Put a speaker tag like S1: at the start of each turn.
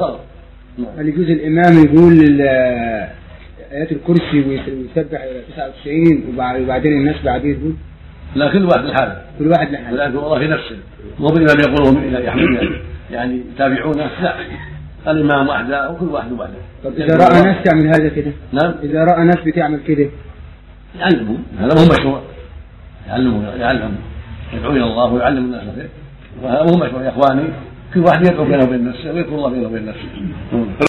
S1: غلط
S2: هل يجوز الإمام يقول ال- آيات الكرسي ويس- ويسبح 99 وبع- وبعدين الناس بعديه يقول
S1: لا كل واحد لحاله
S2: كل واحد لحاله
S1: ولكن والله في نفسه مو بالإمام يقولهم يحملون يعني يتابعونه لا الإمام وحده وكل واحد وحده
S2: طب إذا رأى ناس تعمل هذا كده
S1: نعم
S2: إذا رأى ناس بتعمل كده
S1: يعلمهم هذا مو مشروع يعلمهم يعلمهم يدعو إلى الله ويعلم الناس الخير وهذا مو مشروع يا إخواني كل واحد يدعو بينه وبين نفسه ويذكر الله بينه وبين نفسه